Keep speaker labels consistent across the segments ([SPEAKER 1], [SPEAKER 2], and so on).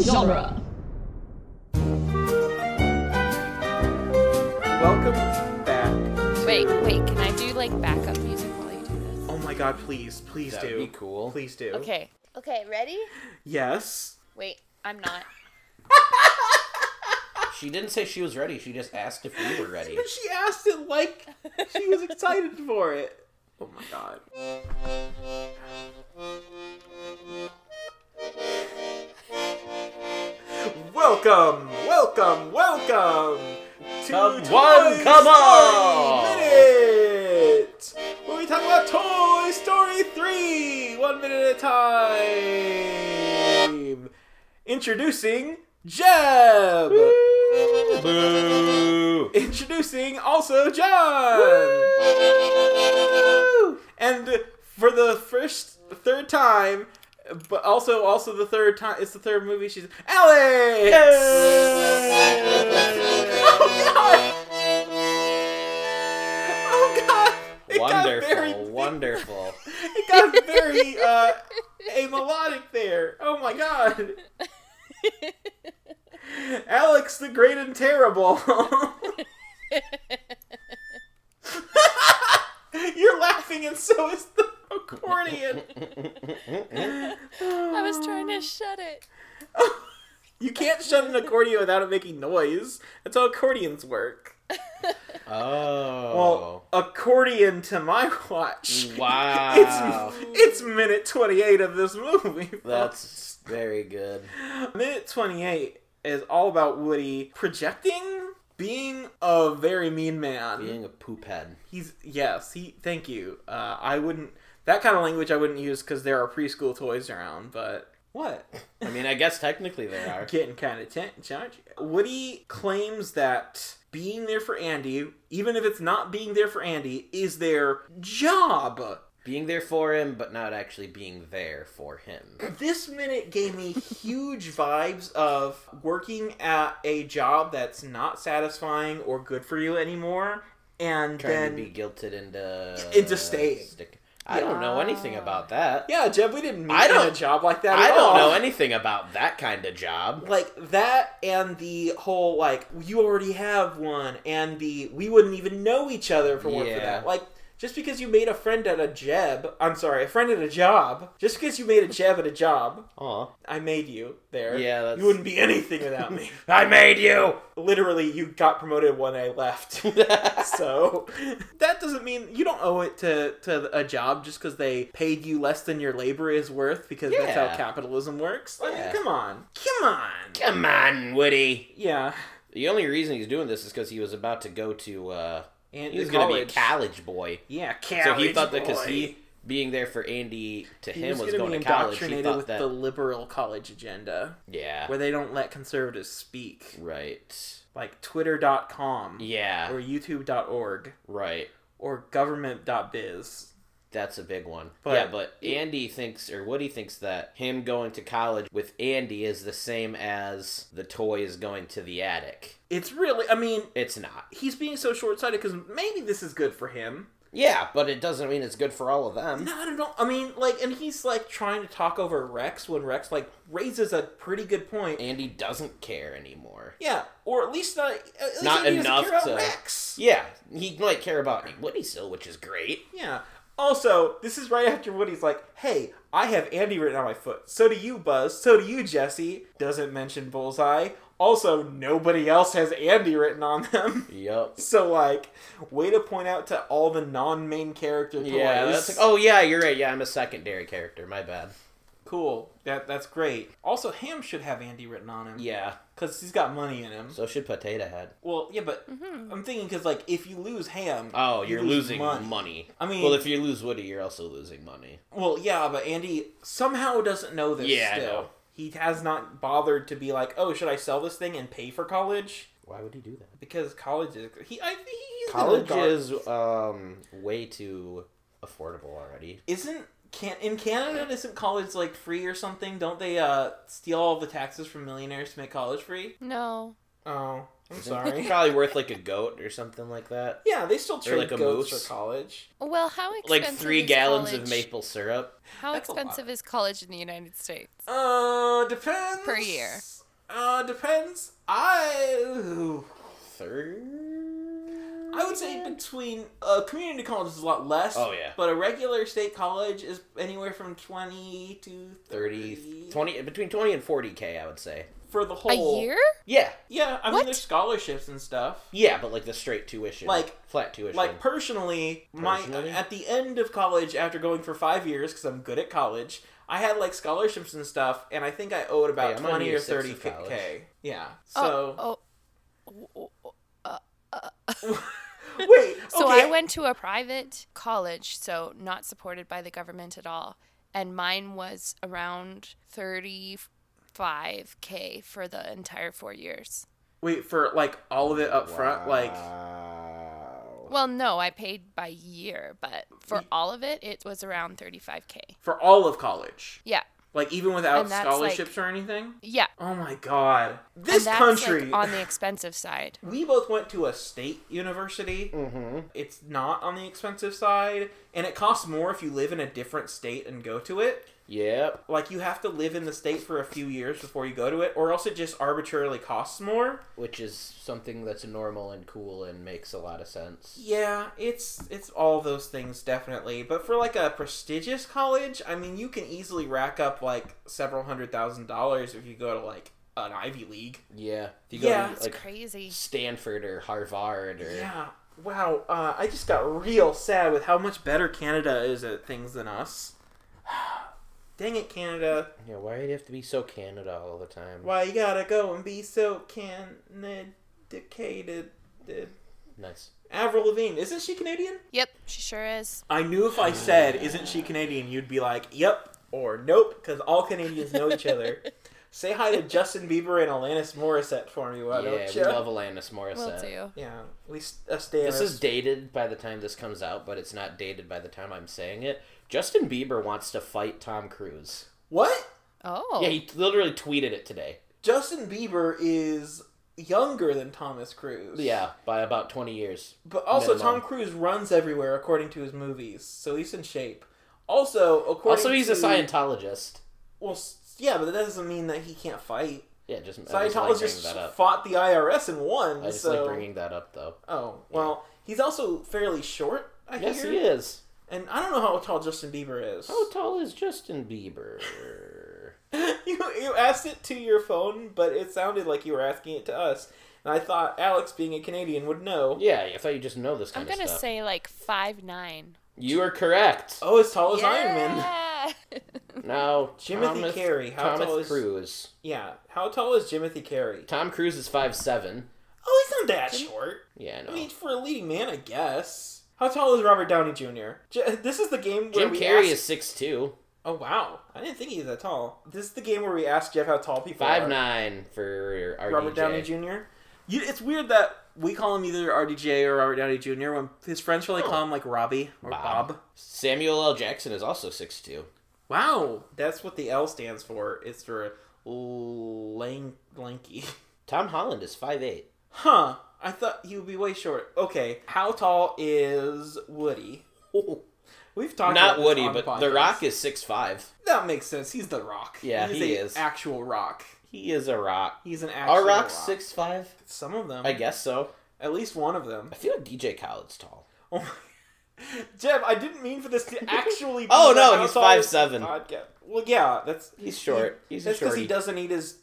[SPEAKER 1] genre.
[SPEAKER 2] Welcome back.
[SPEAKER 3] Wait, wait, can I do like backup music while you do
[SPEAKER 2] Oh my god, please, please
[SPEAKER 4] That'd
[SPEAKER 2] do.
[SPEAKER 4] be cool.
[SPEAKER 2] Please do.
[SPEAKER 3] this? Okay. Okay, ready?
[SPEAKER 2] Yes.
[SPEAKER 3] Wait, I'm not.
[SPEAKER 4] She didn't say she was ready. She just asked if we were ready.
[SPEAKER 2] She asked it like she was excited for it. Oh my god. Welcome, welcome, welcome to
[SPEAKER 4] Come
[SPEAKER 2] Toy
[SPEAKER 4] on, come
[SPEAKER 2] Story
[SPEAKER 4] on!
[SPEAKER 2] Minute, where we talk about Toy Story 3, one minute at a time. Introducing Jeb.
[SPEAKER 4] Boo!
[SPEAKER 2] Introducing also John. And for the first third time, but also also the third time it's the third movie she's Alex. Oh god. Oh god. It got very,
[SPEAKER 4] Wonderful, wonderful.
[SPEAKER 2] it got very uh, amelodic there. Oh my god. Alex the Great and Terrible. You're laughing, and so is the accordion.
[SPEAKER 3] I was trying to shut it.
[SPEAKER 2] You can't shut an accordion without it making noise. That's how accordions work.
[SPEAKER 4] Oh.
[SPEAKER 2] Well, accordion to my watch.
[SPEAKER 4] wow.
[SPEAKER 2] It's, it's minute 28 of this movie.
[SPEAKER 4] That's very good.
[SPEAKER 2] Minute 28 is all about Woody projecting being a very mean man.
[SPEAKER 4] Being a poop head.
[SPEAKER 2] He's, yes, he, thank you. Uh, I wouldn't, that kind of language I wouldn't use because there are preschool toys around, but what?
[SPEAKER 4] I mean, I guess technically there are.
[SPEAKER 2] Getting kind of tense, aren't you? Woody claims that being there for Andy, even if it's not being there for Andy, is their job.
[SPEAKER 4] Being there for him, but not actually being there for him.
[SPEAKER 2] This minute gave me huge vibes of working at a job that's not satisfying or good for you anymore, and
[SPEAKER 4] Trying
[SPEAKER 2] then
[SPEAKER 4] to be guilted into
[SPEAKER 2] Into staying.
[SPEAKER 4] stick- I don't know anything about that.
[SPEAKER 2] yeah, Jeb, we didn't meet
[SPEAKER 4] I
[SPEAKER 2] in a
[SPEAKER 4] don't-
[SPEAKER 2] job like that.
[SPEAKER 4] I
[SPEAKER 2] at
[SPEAKER 4] don't
[SPEAKER 2] all.
[SPEAKER 4] know anything about that kind of job.
[SPEAKER 2] like that and the whole like you already have one and the we wouldn't even know each other if it weren't for
[SPEAKER 4] Yeah.
[SPEAKER 2] that like just because you made a friend at a jeb i'm sorry a friend at a job just because you made a jeb at a job
[SPEAKER 4] Aw.
[SPEAKER 2] i made you there
[SPEAKER 4] Yeah, that's-
[SPEAKER 2] you wouldn't be anything without me
[SPEAKER 4] I made you!
[SPEAKER 2] literally you got promoted when i left so that doesn't mean you don't owe it to, to a job just because they paid you less than your labor is worth because that's how
[SPEAKER 4] Yeah.
[SPEAKER 2] capitalism works i mean
[SPEAKER 4] Yeah.
[SPEAKER 2] come on come on
[SPEAKER 4] Come on, Woody.
[SPEAKER 2] yeah
[SPEAKER 4] The only reason he's doing this is because he was about to go to, uh,
[SPEAKER 2] And
[SPEAKER 4] he was
[SPEAKER 2] the
[SPEAKER 4] going to be a
[SPEAKER 2] college.
[SPEAKER 4] college boy.
[SPEAKER 2] Yeah,
[SPEAKER 4] So
[SPEAKER 2] college
[SPEAKER 4] he thought that
[SPEAKER 2] because
[SPEAKER 4] because he, being there for Andy to
[SPEAKER 2] he
[SPEAKER 4] him
[SPEAKER 2] was,
[SPEAKER 4] was,
[SPEAKER 2] gonna be
[SPEAKER 4] going to college, he
[SPEAKER 2] indoctrinated
[SPEAKER 4] thought
[SPEAKER 2] with
[SPEAKER 4] that.
[SPEAKER 2] the liberal college agenda,
[SPEAKER 4] yeah.
[SPEAKER 2] where they don't let conservatives speak,
[SPEAKER 4] Right.
[SPEAKER 2] like Twitter.com
[SPEAKER 4] Yeah.
[SPEAKER 2] or YouTube.org
[SPEAKER 4] Right.
[SPEAKER 2] or Government.biz.
[SPEAKER 4] That's a big one.
[SPEAKER 2] But-
[SPEAKER 4] yeah, but Andy thinks, or Woody thinks, that him going to college with Andy is the same as the toys going to the attic.
[SPEAKER 2] It's really, I mean,
[SPEAKER 4] It's not.
[SPEAKER 2] he's being so short-sighted because maybe this is good for him.
[SPEAKER 4] Yeah, but it doesn't mean it's good for all of them.
[SPEAKER 2] No, I don't know. I mean, like, and he's like trying to talk over Rex when Rex like raises a pretty good point.
[SPEAKER 4] Andy doesn't care anymore.
[SPEAKER 2] Yeah, or at least not, at least
[SPEAKER 4] Not
[SPEAKER 2] he doesn't
[SPEAKER 4] enough
[SPEAKER 2] care about
[SPEAKER 4] to-
[SPEAKER 2] Rex.
[SPEAKER 4] Yeah, he might care about Woody still, which is great.
[SPEAKER 2] Yeah. Also, this is right after Woody's like, hey, I have Andy written on my foot. So do you, Buzz. So do you, Jesse. Doesn't mention Bullseye. Also, nobody else has Andy written on them.
[SPEAKER 4] Yup.
[SPEAKER 2] so, like, way to point out to all the non main character toys.
[SPEAKER 4] Yeah, that's like, oh yeah, you're right. Yeah, I'm a secondary character. My bad.
[SPEAKER 2] cool. That, that's great. Also, Ham should have Andy written on him.
[SPEAKER 4] Yeah.
[SPEAKER 2] Because he's got money in him.
[SPEAKER 4] So should Potato Head.
[SPEAKER 2] Well, yeah, but I'm thinking because, like, if you lose Ham.
[SPEAKER 4] Oh,
[SPEAKER 2] you
[SPEAKER 4] you're
[SPEAKER 2] lose
[SPEAKER 4] losing
[SPEAKER 2] money.
[SPEAKER 4] money.
[SPEAKER 2] I mean-
[SPEAKER 4] well, if you lose Woody, you're also losing money.
[SPEAKER 2] Well, yeah, but Andy somehow doesn't know this.
[SPEAKER 4] Yeah, I
[SPEAKER 2] still.
[SPEAKER 4] know.
[SPEAKER 2] he has not bothered to be like, oh, should I sell this thing and pay for college?
[SPEAKER 4] Why would he do that?
[SPEAKER 2] Because college is he. I, he he's
[SPEAKER 4] College
[SPEAKER 2] in a dark-
[SPEAKER 4] is um way too affordable already.
[SPEAKER 2] isn't can in Canada isn't college like free or something? Don't they uh steal all the taxes from millionaires to make college free?
[SPEAKER 3] No.
[SPEAKER 2] Oh, I'm
[SPEAKER 4] It's
[SPEAKER 2] sorry.
[SPEAKER 4] probably worth like a goat or something like that.
[SPEAKER 2] yeah, they still trade
[SPEAKER 4] like a
[SPEAKER 2] goats
[SPEAKER 4] moose.
[SPEAKER 2] for college.
[SPEAKER 3] Well, how expensive
[SPEAKER 4] Like three
[SPEAKER 3] is
[SPEAKER 4] gallons
[SPEAKER 3] college?
[SPEAKER 4] of maple syrup.
[SPEAKER 3] How
[SPEAKER 2] That's a lot.
[SPEAKER 3] expensive is college in the United States?
[SPEAKER 2] Uh, depends
[SPEAKER 3] Per year.
[SPEAKER 2] Uh, depends. I
[SPEAKER 4] Third.
[SPEAKER 2] I would say
[SPEAKER 3] Mm.
[SPEAKER 2] between a community college is a lot less.
[SPEAKER 4] Oh, yeah.
[SPEAKER 2] But a regular state college is anywhere from twenty to
[SPEAKER 4] 30, 20, between 20 and 40K, I would say.
[SPEAKER 2] for the
[SPEAKER 3] A
[SPEAKER 2] whole
[SPEAKER 3] year?
[SPEAKER 4] Yeah.
[SPEAKER 2] Yeah, I mean
[SPEAKER 3] What?
[SPEAKER 2] there's scholarships and stuff.
[SPEAKER 4] Yeah, but like the straight tuition.
[SPEAKER 2] Like-
[SPEAKER 4] flat tuition.
[SPEAKER 2] Like personally, my
[SPEAKER 4] Personally?
[SPEAKER 2] at the end of college after going for five years because I'm good at college, I had like scholarships and stuff, and I think I owed about
[SPEAKER 4] Yeah, I'm on
[SPEAKER 2] twenty
[SPEAKER 4] year
[SPEAKER 2] or
[SPEAKER 4] six of
[SPEAKER 2] thirty
[SPEAKER 4] college.
[SPEAKER 2] k. Yeah.
[SPEAKER 3] Oh,
[SPEAKER 2] So
[SPEAKER 3] oh.
[SPEAKER 2] wait,
[SPEAKER 3] So
[SPEAKER 2] okay.
[SPEAKER 3] I went to a private college, so not supported by the government at all. And mine was around 35K for the entire four years.
[SPEAKER 2] Wait for like all of it up front, like
[SPEAKER 4] Wow.
[SPEAKER 3] Well, no, I paid by year, but for all of it, it was around 35K.
[SPEAKER 2] for all of college,
[SPEAKER 3] Yeah.
[SPEAKER 2] like even without
[SPEAKER 3] And that's, like-
[SPEAKER 2] scholarships or anything.
[SPEAKER 3] Yeah.
[SPEAKER 2] Oh my god,
[SPEAKER 3] And
[SPEAKER 2] this
[SPEAKER 3] that's,
[SPEAKER 2] country.
[SPEAKER 3] Like, on the expensive side.
[SPEAKER 2] we both went to a state university.
[SPEAKER 4] Mm-hmm.
[SPEAKER 2] It's not on the expensive side, and it costs more if you live in a different state and go to it.
[SPEAKER 4] Yep.
[SPEAKER 2] Like you have to live in the state for a few years before you go to it, or else it just arbitrarily costs more.
[SPEAKER 4] Which is something that's normal and cool and makes a lot of sense.
[SPEAKER 2] Yeah, it's it's all those things definitely. But for like a prestigious college, I mean, you can easily rack up like several hundred thousand dollars if you go to like an Ivy League.
[SPEAKER 4] Yeah. If you
[SPEAKER 2] Yeah.
[SPEAKER 4] go
[SPEAKER 3] That's
[SPEAKER 4] to like
[SPEAKER 3] crazy.
[SPEAKER 4] Stanford or Harvard or
[SPEAKER 2] Yeah. Wow. Uh, I just got real sad with how much better Canada is at things than us. Dang it, Canada.
[SPEAKER 4] Yeah, why do you have to be so Canada all the time?
[SPEAKER 2] Why you gotta go and be so Canadicated?
[SPEAKER 4] Nice.
[SPEAKER 2] Avril Lavigne, isn't she Canadian?
[SPEAKER 3] Yep, she sure is.
[SPEAKER 2] I knew if I said, isn't she Canadian, you'd be like, yep, or nope, because all Canadians know each other. Say hi to Justin Bieber and Alanis Morissette for me, why
[SPEAKER 4] yeah,
[SPEAKER 2] don't
[SPEAKER 4] we
[SPEAKER 2] you?
[SPEAKER 4] love Alanis
[SPEAKER 3] Will
[SPEAKER 4] Morissette.
[SPEAKER 3] do.
[SPEAKER 2] yeah, we s- uh, stay
[SPEAKER 4] This is dated by the time this comes out, but it's not dated by the time I'm saying it. Justin Bieber wants to fight Tom Cruise.
[SPEAKER 2] What?
[SPEAKER 3] Oh.
[SPEAKER 4] Yeah, he literally tweeted it today.
[SPEAKER 2] Justin Bieber is younger than Thomas Cruise.
[SPEAKER 4] Yeah, by about 20 years.
[SPEAKER 2] But also,
[SPEAKER 4] Minimum.
[SPEAKER 2] Tom Cruise runs everywhere according to his movies, so he's in shape. Also, according
[SPEAKER 4] Also, he's a
[SPEAKER 2] to-
[SPEAKER 4] Scientologist.
[SPEAKER 2] Well, s- yeah, but that doesn't mean that he can't fight.
[SPEAKER 4] Yeah, just I just like bringing
[SPEAKER 2] Scientologists
[SPEAKER 4] that up.
[SPEAKER 2] fought the IRS and won.
[SPEAKER 4] I just
[SPEAKER 2] so
[SPEAKER 4] like bringing that up, though.
[SPEAKER 2] oh well, he's also fairly short. I
[SPEAKER 4] Yes,
[SPEAKER 2] hear.
[SPEAKER 4] he is.
[SPEAKER 2] And I don't know how tall Justin Bieber is.
[SPEAKER 4] How tall is Justin Bieber?
[SPEAKER 2] you you asked it to your phone, but it sounded like you were asking it to us. And I thought Alex, being a Canadian, would know.
[SPEAKER 4] yeah, I thought you just know this
[SPEAKER 3] I'm
[SPEAKER 4] kind
[SPEAKER 3] going to
[SPEAKER 4] of stuff.
[SPEAKER 3] say like five nine.
[SPEAKER 4] you are correct.
[SPEAKER 2] Oh, as tall as Iron Man.
[SPEAKER 4] Now,
[SPEAKER 2] Timothy
[SPEAKER 4] Thomas,
[SPEAKER 2] Carey, how
[SPEAKER 4] Thomas
[SPEAKER 2] tall is-
[SPEAKER 4] Cruise.
[SPEAKER 2] Yeah. How tall is Jimothy Carey?
[SPEAKER 4] Tom Cruise is five seven.
[SPEAKER 2] Oh, he's not that short.
[SPEAKER 4] Yeah,
[SPEAKER 2] I
[SPEAKER 4] no.
[SPEAKER 2] mean, for a leading man, I guess. How tall is Robert Downey Jr.? J- this is the game where
[SPEAKER 4] Jim
[SPEAKER 2] we
[SPEAKER 4] Carrey
[SPEAKER 2] ask-
[SPEAKER 4] is six two,
[SPEAKER 2] Oh wow, I didn't think he was that tall. This is the game where we ask Jeff how tall people
[SPEAKER 4] five
[SPEAKER 2] are.
[SPEAKER 4] nine for RDJ.
[SPEAKER 2] Robert Downey Jr. You, it's weird that we call him either RDJ or Robert Downey Jr. when his friends really call him like Robbie or
[SPEAKER 4] Bob.
[SPEAKER 2] Oh. Bob.
[SPEAKER 4] Samuel L. Jackson is also six two.
[SPEAKER 2] Wow, that's what the L stands for. It's for lank, lanky.
[SPEAKER 4] Tom Holland is five eight.
[SPEAKER 2] Huh. I thought he would be way short. Okay, how tall is Woody? We've talked about
[SPEAKER 4] Not
[SPEAKER 2] this
[SPEAKER 4] Woody,
[SPEAKER 2] on
[SPEAKER 4] but The
[SPEAKER 2] podcast.
[SPEAKER 4] Rock is six five.
[SPEAKER 2] That makes sense. He's the Rock.
[SPEAKER 4] Yeah,
[SPEAKER 2] He's
[SPEAKER 4] he
[SPEAKER 2] a
[SPEAKER 4] is.
[SPEAKER 2] Actual Rock.
[SPEAKER 4] He is a rock.
[SPEAKER 2] He's an actual.
[SPEAKER 4] Are
[SPEAKER 2] rock. Um,
[SPEAKER 4] rocks six five?
[SPEAKER 2] Some of them.
[SPEAKER 4] I guess so.
[SPEAKER 2] At least one of them.
[SPEAKER 4] I feel like DJ Khaled's tall.
[SPEAKER 2] Oh my... Jeb, I didn't mean for this to actually. Be
[SPEAKER 4] Oh,
[SPEAKER 2] the
[SPEAKER 4] no,
[SPEAKER 2] How
[SPEAKER 4] he's
[SPEAKER 2] Tall Is
[SPEAKER 4] 5'7".
[SPEAKER 2] This Podcast. Well, yeah, that's
[SPEAKER 4] He's short. He's a
[SPEAKER 2] that's because
[SPEAKER 4] shorty.
[SPEAKER 2] he doesn't eat his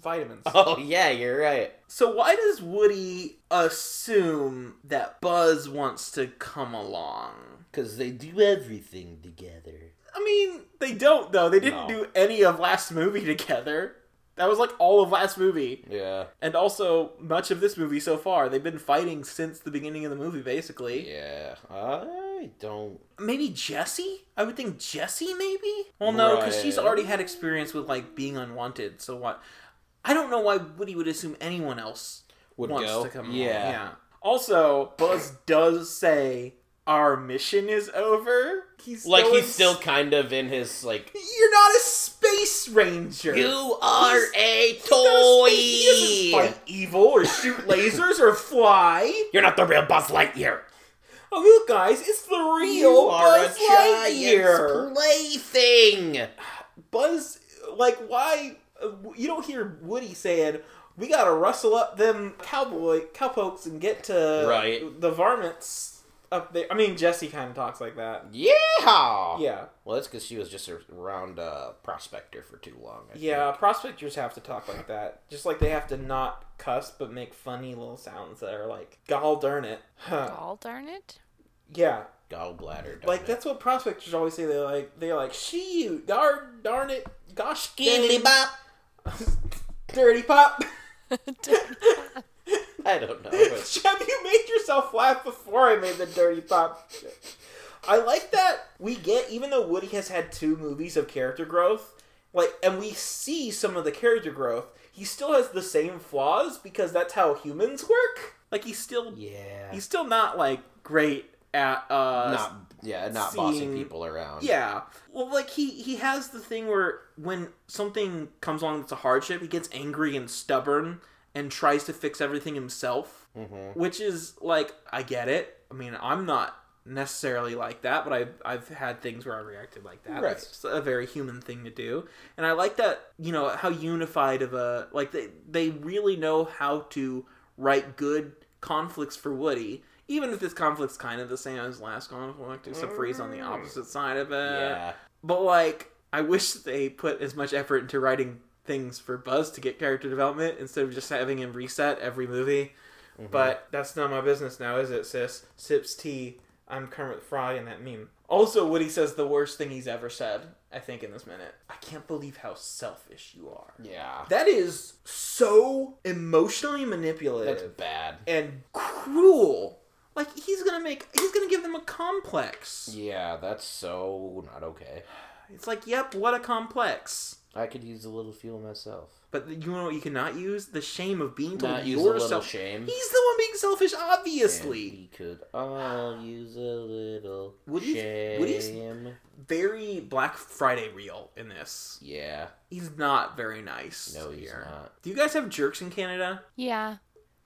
[SPEAKER 2] vitamins.
[SPEAKER 4] Oh yeah, you're right.
[SPEAKER 2] So why does Woody assume that Buzz wants to come along?
[SPEAKER 4] Because they do everything together.
[SPEAKER 2] I mean, they don't though. They didn't
[SPEAKER 4] No.
[SPEAKER 2] do any of last movie together. That was like all of last movie.
[SPEAKER 4] Yeah.
[SPEAKER 2] And also much of this movie so far. They've been fighting since the beginning of the movie, basically.
[SPEAKER 4] Yeah. I don't.
[SPEAKER 2] Maybe Jesse? I would think Jesse, maybe? Well, no, because she's
[SPEAKER 4] Right.
[SPEAKER 2] already had experience with, like, being unwanted, so what? I don't know why Woody would assume anyone else
[SPEAKER 4] Would
[SPEAKER 2] wants
[SPEAKER 4] go.
[SPEAKER 2] to come along.
[SPEAKER 4] Yeah.
[SPEAKER 2] yeah. Also, Buzz does say, our mission is over. He's
[SPEAKER 4] Like
[SPEAKER 2] still
[SPEAKER 4] he's
[SPEAKER 2] in
[SPEAKER 4] still kind of in his like.
[SPEAKER 2] You're not a space ranger.
[SPEAKER 4] are a
[SPEAKER 2] Not a space- He doesn't fight evil or shoot lasers or fly.
[SPEAKER 4] You're not the real Buzz Lightyear.
[SPEAKER 2] Oh, you guys, it's the real Buzz Lightyear.
[SPEAKER 4] plaything.
[SPEAKER 2] Buzz, like, why? uh, you don't hear Woody saying, "We gotta rustle up them cowboy cowpokes and get to
[SPEAKER 4] Right.
[SPEAKER 2] the varmints up there." I mean, Jesse kind of talks like that.
[SPEAKER 4] Yeah.
[SPEAKER 2] Yeah,
[SPEAKER 4] Well, that's because she was just around uh, Prospector for too long. I
[SPEAKER 2] yeah. Prospectors have to talk like that, just like they have to not cuss but make funny little sounds that are like, "Gall darn it!" Huh.
[SPEAKER 3] All darn it.
[SPEAKER 2] Yeah,
[SPEAKER 4] think. Gallbladder.
[SPEAKER 2] like
[SPEAKER 4] that's
[SPEAKER 2] that's what prospectors always say. They like they like, "Shoot, darn, darn it, gosh,
[SPEAKER 4] Giggly
[SPEAKER 2] dang it,
[SPEAKER 4] bop.
[SPEAKER 2] dirty pop."
[SPEAKER 4] I don't know. but-
[SPEAKER 2] Jeb, you made yourself laugh before I made the dirty pop. I like that we get, even though Woody has had two movies of character growth, like, and we see some of the character growth, he still has the same flaws because that's how humans work. Like, he's still,
[SPEAKER 4] yeah.
[SPEAKER 2] he's still not like great at uh,
[SPEAKER 4] not yeah, not bossing
[SPEAKER 2] seeing-
[SPEAKER 4] people around.
[SPEAKER 2] yeah. Well, like he he has the thing where when something comes along that's a hardship, he gets angry and stubborn and tries to fix everything himself,
[SPEAKER 4] Mm-hmm.
[SPEAKER 2] which is like I get it. I mean, I'm not necessarily like that, but I've I've had things where I reacted like that.
[SPEAKER 4] Right.
[SPEAKER 2] That's just a very human thing to do, and I like that. You know how unified of a like they they really know how to write good conflicts for Woody. Even if this conflict's kind of the same as last conflict, except for he's on the opposite side of it.
[SPEAKER 4] Mm-hmm. Yeah.
[SPEAKER 2] But like, I wish they put as much effort into writing things for Buzz to get character development instead of just having him reset every movie.
[SPEAKER 4] Mm-hmm.
[SPEAKER 2] But that's not my business now, is it, sis? Sips tea. I'm Kermit the Frog in that meme. Also, Woody says the worst thing he's ever said. I think in this minute, I can't believe how selfish you are.
[SPEAKER 4] Yeah.
[SPEAKER 2] That is so emotionally
[SPEAKER 4] That's
[SPEAKER 2] manipulative
[SPEAKER 4] bad.
[SPEAKER 2] and cruel. Like he's gonna make, he's gonna give them a complex.
[SPEAKER 4] Yeah, that's so not okay.
[SPEAKER 2] It's like, yep, what a complex.
[SPEAKER 4] I could use a little fuel myself.
[SPEAKER 2] But you know what you cannot use? The shame of being told
[SPEAKER 4] Not use a
[SPEAKER 2] you're
[SPEAKER 4] little
[SPEAKER 2] selfish.
[SPEAKER 4] shame.
[SPEAKER 2] He's the one being selfish, obviously.
[SPEAKER 4] And we could all use a little
[SPEAKER 2] Woody's-
[SPEAKER 4] shame.
[SPEAKER 2] Woody's- Very Black Friday real in this.
[SPEAKER 4] Yeah.
[SPEAKER 2] He's not very nice.
[SPEAKER 4] No, he's not.
[SPEAKER 2] Do you guys have jerks in Canada?
[SPEAKER 3] Yeah.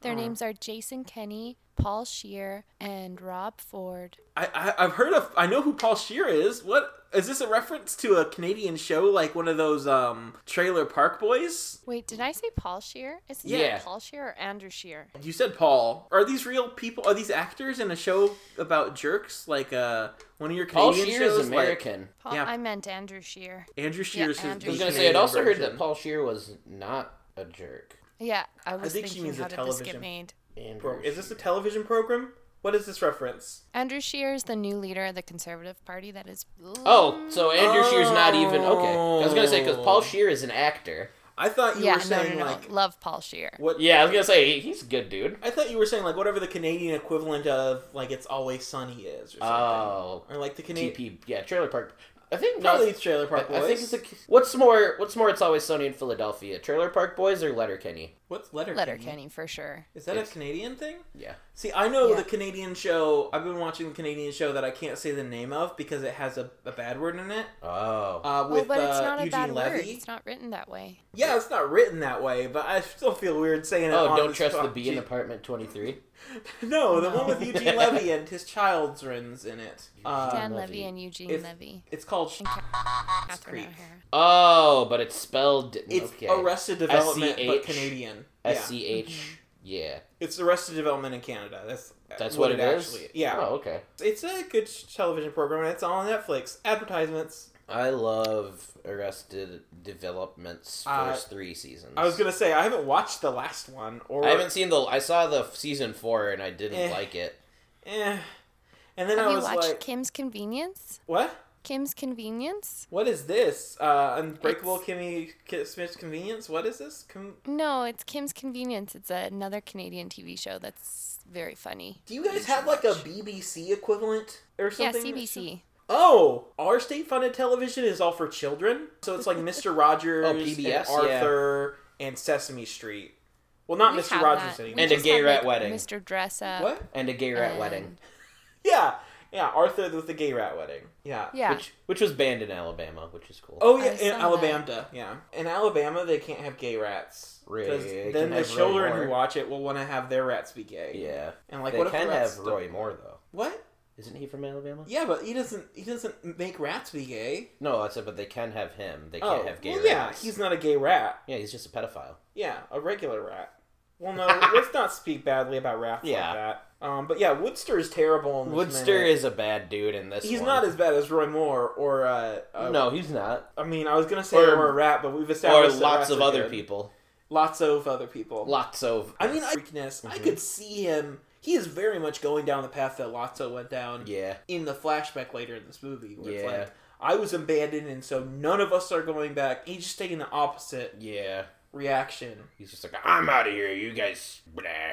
[SPEAKER 3] Their
[SPEAKER 2] Oh.
[SPEAKER 3] names are Jason Kenny, Paul Shear, and Rob Ford.
[SPEAKER 2] I, I I've heard of. I know who Paul Shear is. What is this a reference to a Canadian show like one of those um Trailer Park Boys?
[SPEAKER 3] Wait, did I say Paul Shear? Is it
[SPEAKER 4] Yeah.
[SPEAKER 3] Paul Shear or Andrew Shear?
[SPEAKER 2] You said Paul. Are these real people? Are these actors in a show about jerks? Like uh one of your
[SPEAKER 4] Paul
[SPEAKER 2] Canadian
[SPEAKER 4] Shear
[SPEAKER 2] shows?
[SPEAKER 4] is American.
[SPEAKER 3] Paul,
[SPEAKER 2] Yeah.
[SPEAKER 3] I meant Andrew Shear.
[SPEAKER 2] Like, Andrew Shear's his.
[SPEAKER 3] Andrew
[SPEAKER 4] I was
[SPEAKER 3] the
[SPEAKER 4] gonna say.
[SPEAKER 2] Canadian
[SPEAKER 4] I'd also heard
[SPEAKER 2] version.
[SPEAKER 4] that Paul Shear was not a jerk.
[SPEAKER 3] Yeah, I was
[SPEAKER 2] think she
[SPEAKER 3] thinking,
[SPEAKER 2] means the
[SPEAKER 3] how did this get
[SPEAKER 2] television.
[SPEAKER 3] made?
[SPEAKER 4] Andrew
[SPEAKER 2] Pro- Is this a
[SPEAKER 4] Scheer.
[SPEAKER 2] television program? What is this reference?
[SPEAKER 3] Andrew Shear is the new leader of the Conservative Party. That is.
[SPEAKER 4] Oh, so Andrew Shear's not even okay. I was gonna say because Paul
[SPEAKER 2] Oh.
[SPEAKER 4] Shear is an actor.
[SPEAKER 2] I thought you
[SPEAKER 3] yeah,
[SPEAKER 2] were saying
[SPEAKER 3] no, no, no.
[SPEAKER 2] like
[SPEAKER 3] Love Paul Shear.
[SPEAKER 2] what?
[SPEAKER 4] Yeah, I was gonna say he- he's a good dude.
[SPEAKER 2] I thought you were saying like whatever the Canadian equivalent of like it's always sunny is or something,
[SPEAKER 4] Oh,
[SPEAKER 2] or like the Canadian
[SPEAKER 4] TP. Yeah, Trailer Park. I think no,
[SPEAKER 2] probably it's Trailer
[SPEAKER 4] I,
[SPEAKER 2] Park Boys.
[SPEAKER 4] I think it's a, what's more. What's more, it's always sunny in Philadelphia. Trailer Park Boys or Letterkenny.
[SPEAKER 2] what's letter
[SPEAKER 3] Letter Kenny for sure.
[SPEAKER 2] Is that a
[SPEAKER 4] It's-
[SPEAKER 2] Canadian thing?
[SPEAKER 4] Yeah.
[SPEAKER 2] See, I know
[SPEAKER 3] Yeah.
[SPEAKER 2] the Canadian show. I've been watching the Canadian show that I can't say the name of because it has a, a bad word in it.
[SPEAKER 4] Oh.
[SPEAKER 2] Uh,
[SPEAKER 3] well,
[SPEAKER 2] with
[SPEAKER 3] but
[SPEAKER 2] uh,
[SPEAKER 3] it's not a
[SPEAKER 2] Eugene
[SPEAKER 3] bad word.
[SPEAKER 2] Levy.
[SPEAKER 3] It's not written that way.
[SPEAKER 2] Yeah, it's not written that way, but I still feel weird saying it.
[SPEAKER 4] oh,
[SPEAKER 2] on
[SPEAKER 4] don't
[SPEAKER 2] this
[SPEAKER 4] trust the
[SPEAKER 2] talk-
[SPEAKER 4] bee in apartment twenty three.
[SPEAKER 2] No, the
[SPEAKER 3] No.
[SPEAKER 2] one with Eugene Levy and his children's in it. Uh,
[SPEAKER 3] Dan
[SPEAKER 4] Levy.
[SPEAKER 3] Levy and Eugene
[SPEAKER 2] If-
[SPEAKER 3] Levy.
[SPEAKER 2] it's called. Sh-
[SPEAKER 3] And Ca- Catherine
[SPEAKER 2] Creek.
[SPEAKER 3] O'Hara.
[SPEAKER 4] Oh, but it's spelled
[SPEAKER 2] It's
[SPEAKER 4] okay.
[SPEAKER 2] Arrested Development, but
[SPEAKER 4] SCH.
[SPEAKER 2] Canadian.
[SPEAKER 4] S
[SPEAKER 2] Yeah,
[SPEAKER 4] C H. Yeah,
[SPEAKER 2] it's Arrested Development in Canada. That's
[SPEAKER 4] that's what, it is.
[SPEAKER 2] Yeah,
[SPEAKER 4] Oh, okay.
[SPEAKER 2] it's a good sh- television program. and It's on Netflix. Advertisements.
[SPEAKER 4] I love Arrested Development's
[SPEAKER 2] Uh,
[SPEAKER 4] first three seasons.
[SPEAKER 2] I was gonna say I haven't watched the last one, or
[SPEAKER 4] I haven't seen the. I saw the season four and I didn't
[SPEAKER 2] Eh.
[SPEAKER 4] like it.
[SPEAKER 2] Eh. And then
[SPEAKER 3] Have
[SPEAKER 2] I
[SPEAKER 3] you
[SPEAKER 2] was
[SPEAKER 3] watched
[SPEAKER 2] like,
[SPEAKER 3] Kim's Convenience?
[SPEAKER 2] what?
[SPEAKER 3] Kim's Convenience?
[SPEAKER 2] What is this? Uh, Unbreakable
[SPEAKER 3] It's-
[SPEAKER 2] Kimmy K- Smith's Convenience. What is this? Com-
[SPEAKER 3] No, it's Kim's Convenience. It's another Canadian TV show that's very funny.
[SPEAKER 2] Do you guys
[SPEAKER 4] should
[SPEAKER 2] have like a
[SPEAKER 4] watch.
[SPEAKER 2] BBC equivalent or
[SPEAKER 3] Yeah,
[SPEAKER 2] something?
[SPEAKER 3] CBC.
[SPEAKER 2] Oh, our state-funded television is all for children. So it's like Mr. Rogers,
[SPEAKER 4] Oh, PBS,
[SPEAKER 2] and Arthur, and Sesame Street. Well, not
[SPEAKER 3] We
[SPEAKER 2] Mr.
[SPEAKER 3] have
[SPEAKER 2] Rogers
[SPEAKER 3] that. We
[SPEAKER 2] anymore.
[SPEAKER 4] And a
[SPEAKER 3] just
[SPEAKER 4] gay
[SPEAKER 3] have,
[SPEAKER 4] rat
[SPEAKER 3] like,
[SPEAKER 4] wedding.
[SPEAKER 3] Mr. Dress Up.
[SPEAKER 2] what?
[SPEAKER 4] And a gay rat
[SPEAKER 3] and-
[SPEAKER 4] wedding,
[SPEAKER 2] Yeah, yeah. Arthur with the gay rat wedding. Yeah.
[SPEAKER 3] Yeah.
[SPEAKER 4] which which was banned in Alabama, which is cool.
[SPEAKER 2] Oh
[SPEAKER 3] I
[SPEAKER 2] yeah, in
[SPEAKER 3] saw
[SPEAKER 2] Alabama. Yeah, in Alabama they can't have gay rats because
[SPEAKER 4] Really? They
[SPEAKER 2] then
[SPEAKER 4] can
[SPEAKER 2] the
[SPEAKER 4] have Roy
[SPEAKER 2] children
[SPEAKER 4] Moore.
[SPEAKER 2] who watch it will want to have their rats be gay.
[SPEAKER 4] yeah.
[SPEAKER 2] And like,
[SPEAKER 4] they
[SPEAKER 2] what if
[SPEAKER 4] can
[SPEAKER 2] the rats
[SPEAKER 4] have
[SPEAKER 2] don't-
[SPEAKER 4] Roy Moore though.
[SPEAKER 2] What?
[SPEAKER 4] Isn't he from Alabama?
[SPEAKER 2] Yeah, but he doesn't. He doesn't make rats be gay.
[SPEAKER 4] No, I said, but they can have him. They
[SPEAKER 2] Oh,
[SPEAKER 4] can't have gay
[SPEAKER 2] well, yeah,
[SPEAKER 4] rats.
[SPEAKER 2] he's not a gay rat.
[SPEAKER 4] Yeah, he's just a pedophile.
[SPEAKER 2] Yeah, a regular rat. Well, no, let's not speak badly about rats
[SPEAKER 4] Yeah.
[SPEAKER 2] like that. Um, but yeah, Woodster is terrible. In this
[SPEAKER 4] Woodster
[SPEAKER 2] minute.
[SPEAKER 4] is a bad dude in this
[SPEAKER 2] He's
[SPEAKER 4] one.
[SPEAKER 2] not as bad as Roy Moore or uh, uh,
[SPEAKER 4] no, he's not.
[SPEAKER 2] I mean, I was gonna say
[SPEAKER 4] Or-
[SPEAKER 2] or, a rat, but we've
[SPEAKER 4] Or
[SPEAKER 2] established that
[SPEAKER 4] lots
[SPEAKER 2] rats
[SPEAKER 4] of
[SPEAKER 2] are
[SPEAKER 4] other
[SPEAKER 2] good.
[SPEAKER 4] people.
[SPEAKER 2] Lots of other people.
[SPEAKER 4] Lots of.
[SPEAKER 2] I mean, I, weakness. I
[SPEAKER 4] Mhm.
[SPEAKER 2] could see him. He is very much going down the path that Lotso went down
[SPEAKER 4] yeah.
[SPEAKER 2] in the flashback later in this movie. Where it's
[SPEAKER 4] Yeah.
[SPEAKER 2] like, I was abandoned, and so none of us are going back. He's just taking the opposite
[SPEAKER 4] Yeah.
[SPEAKER 2] reaction.
[SPEAKER 4] He's just like, I'm out of here. You guys. Blah.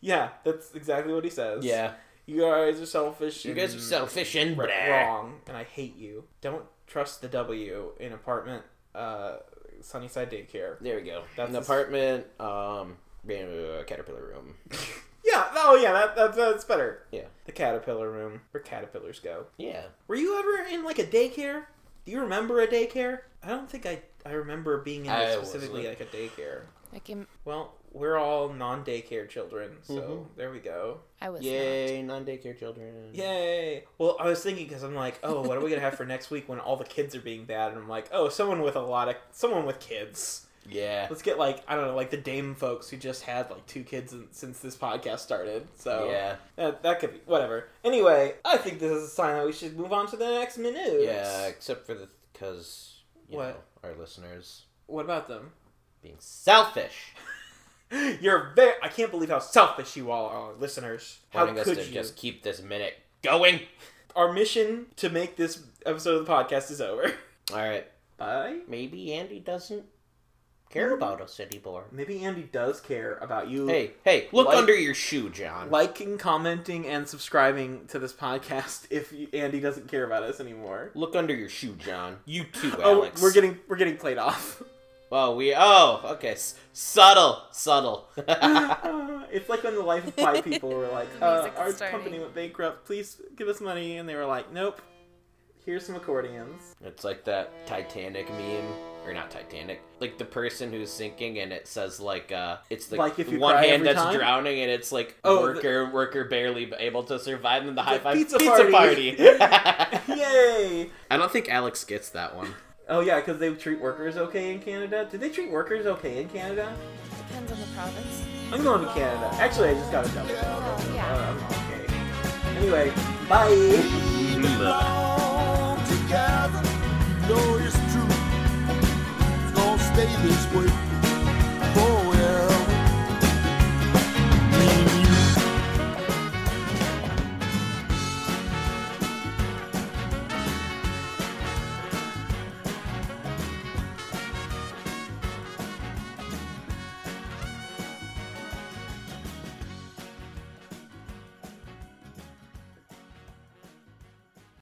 [SPEAKER 2] Yeah, that's exactly what he says.
[SPEAKER 4] Yeah.
[SPEAKER 2] You guys are selfish.
[SPEAKER 4] You guys are
[SPEAKER 2] and
[SPEAKER 4] selfish and
[SPEAKER 2] r-
[SPEAKER 4] blah.
[SPEAKER 2] wrong, and I hate you. Don't trust the W in apartment uh, Sunnyside daycare.
[SPEAKER 4] There we go.
[SPEAKER 2] That's
[SPEAKER 4] An
[SPEAKER 2] his-
[SPEAKER 4] apartment. Um, uh, caterpillar room.
[SPEAKER 2] Yeah. Oh, yeah. That, that that's better.
[SPEAKER 4] Yeah.
[SPEAKER 2] The caterpillar room, where caterpillars go.
[SPEAKER 4] Yeah.
[SPEAKER 2] Were you ever in like a daycare? Do you remember a daycare? I don't think I I remember being in
[SPEAKER 4] I
[SPEAKER 2] specifically like
[SPEAKER 4] wasn't.
[SPEAKER 2] a daycare.
[SPEAKER 3] Like him,
[SPEAKER 2] Well, we're all non daycare children, so
[SPEAKER 4] Mhm.
[SPEAKER 2] there we go.
[SPEAKER 3] I was not.
[SPEAKER 4] Yay! Non-daycare children.
[SPEAKER 2] Yay! Well, I was thinking because I'm like, oh, what are we gonna have for next week when all the kids are being bad? And I'm like, oh, someone with a lot of someone with kids.
[SPEAKER 4] Yeah.
[SPEAKER 2] Let's get like I don't know, like the Dame folks who just had like two kids in, since this podcast started. So
[SPEAKER 4] Yeah.
[SPEAKER 2] that, that could be whatever. Anyway, I think this is a sign that we should move on to the next minute.
[SPEAKER 4] Yeah. Except for the because you
[SPEAKER 2] What?
[SPEAKER 4] know our listeners
[SPEAKER 2] What about them?
[SPEAKER 4] being selfish,
[SPEAKER 2] You're very. I can't believe how selfish you all are, listeners. How
[SPEAKER 4] wanting us
[SPEAKER 2] could
[SPEAKER 4] to
[SPEAKER 2] you?
[SPEAKER 4] just keep this minute going.
[SPEAKER 2] Our mission to make this episode of the podcast is over.
[SPEAKER 4] All right.
[SPEAKER 2] Bye.
[SPEAKER 4] Maybe Andy doesn't
[SPEAKER 2] Mm-hmm.
[SPEAKER 4] care about us anymore.
[SPEAKER 2] Maybe Andy does care about you.
[SPEAKER 4] Hey, hey,
[SPEAKER 2] Mm-hmm.
[SPEAKER 4] look
[SPEAKER 2] Like-
[SPEAKER 4] under your shoe, John.
[SPEAKER 2] Liking, commenting, and subscribing to this podcast if you, Andy doesn't care about us anymore.
[SPEAKER 4] look under your shoe, John. You too,
[SPEAKER 2] Oh,
[SPEAKER 4] Alex.
[SPEAKER 2] we're getting we're getting played off.
[SPEAKER 4] Oh, we. Oh, okay. S- subtle, subtle.
[SPEAKER 2] it's like when the life of Pi people were like, uh,
[SPEAKER 3] Music's
[SPEAKER 2] our
[SPEAKER 3] starting.
[SPEAKER 2] company went bankrupt. Please give us money, and they were like, nope. Here's some accordions.
[SPEAKER 4] It's like that Titanic meme, or not Titanic, like the person who's sinking, and it says like, uh, it's the
[SPEAKER 2] Like if you
[SPEAKER 4] one
[SPEAKER 2] cry
[SPEAKER 4] hand
[SPEAKER 2] every
[SPEAKER 4] that's
[SPEAKER 2] time?
[SPEAKER 4] drowning, and it's like
[SPEAKER 2] Oh, the-
[SPEAKER 4] worker, worker barely able to survive, and the high five
[SPEAKER 2] pizza
[SPEAKER 4] party.
[SPEAKER 2] party. Yay!
[SPEAKER 4] I don't think Alex gets that one.
[SPEAKER 2] Oh yeah, because they treat workers okay in Canada. Do they treat workers okay in Canada?
[SPEAKER 3] Depends on the province. Oh,
[SPEAKER 2] I'm going to Canada. Actually, I just got a double. check.
[SPEAKER 3] Yeah.
[SPEAKER 2] Uh, I'm okay. Anyway, bye.
[SPEAKER 1] belong together. You know it's true. It's gonna stay this way.